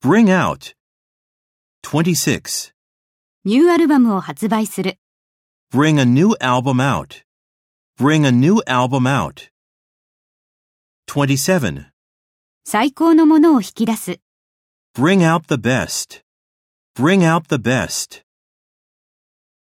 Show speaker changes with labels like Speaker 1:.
Speaker 1: Bring out. 26.
Speaker 2: ニューアルバムを発売する。
Speaker 1: Bring a new album out. Bring a new album out. 27.
Speaker 2: 最高のものを引き出す。
Speaker 1: Bring out the best. Bring out the best.